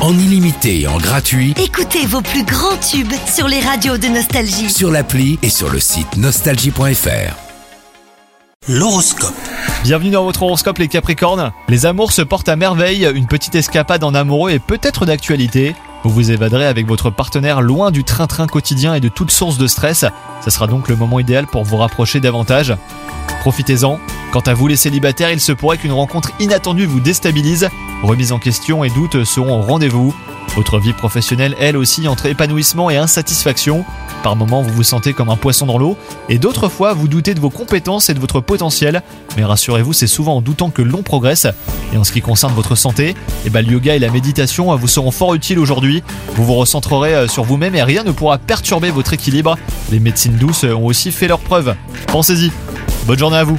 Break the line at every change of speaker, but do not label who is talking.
en illimité et en gratuit
Écoutez vos plus grands tubes sur les radios de Nostalgie.
sur l'appli et sur le site nostalgie.fr.
L'horoscope.
Bienvenue dans votre horoscope les Capricornes. Les amours se portent à merveille, une petite escapade en amoureux est peut-être d'actualité. Vous vous évaderez avec votre partenaire loin du train-train quotidien et de toute source de stress. Ça sera donc le moment idéal pour vous rapprocher davantage. Profitez-en. Quant à vous les célibataires, il se pourrait qu'une rencontre inattendue vous déstabilise. Remise en question et doutes seront au rendez-vous. Votre vie professionnelle, elle aussi, entre épanouissement et insatisfaction. Par moments, vous vous sentez comme un poisson dans l'eau, et d'autres fois, vous doutez de vos compétences et de votre potentiel. Mais rassurez-vous, c'est souvent en doutant que l'on progresse. Et en ce qui concerne votre santé, eh ben, le yoga et la méditation euh, vous seront fort utiles aujourd'hui. Vous vous recentrerez euh, sur vous-même et rien ne pourra perturber votre équilibre. Les médecines douces euh, ont aussi fait leurs preuves. Pensez-y. Bonne journée à vous.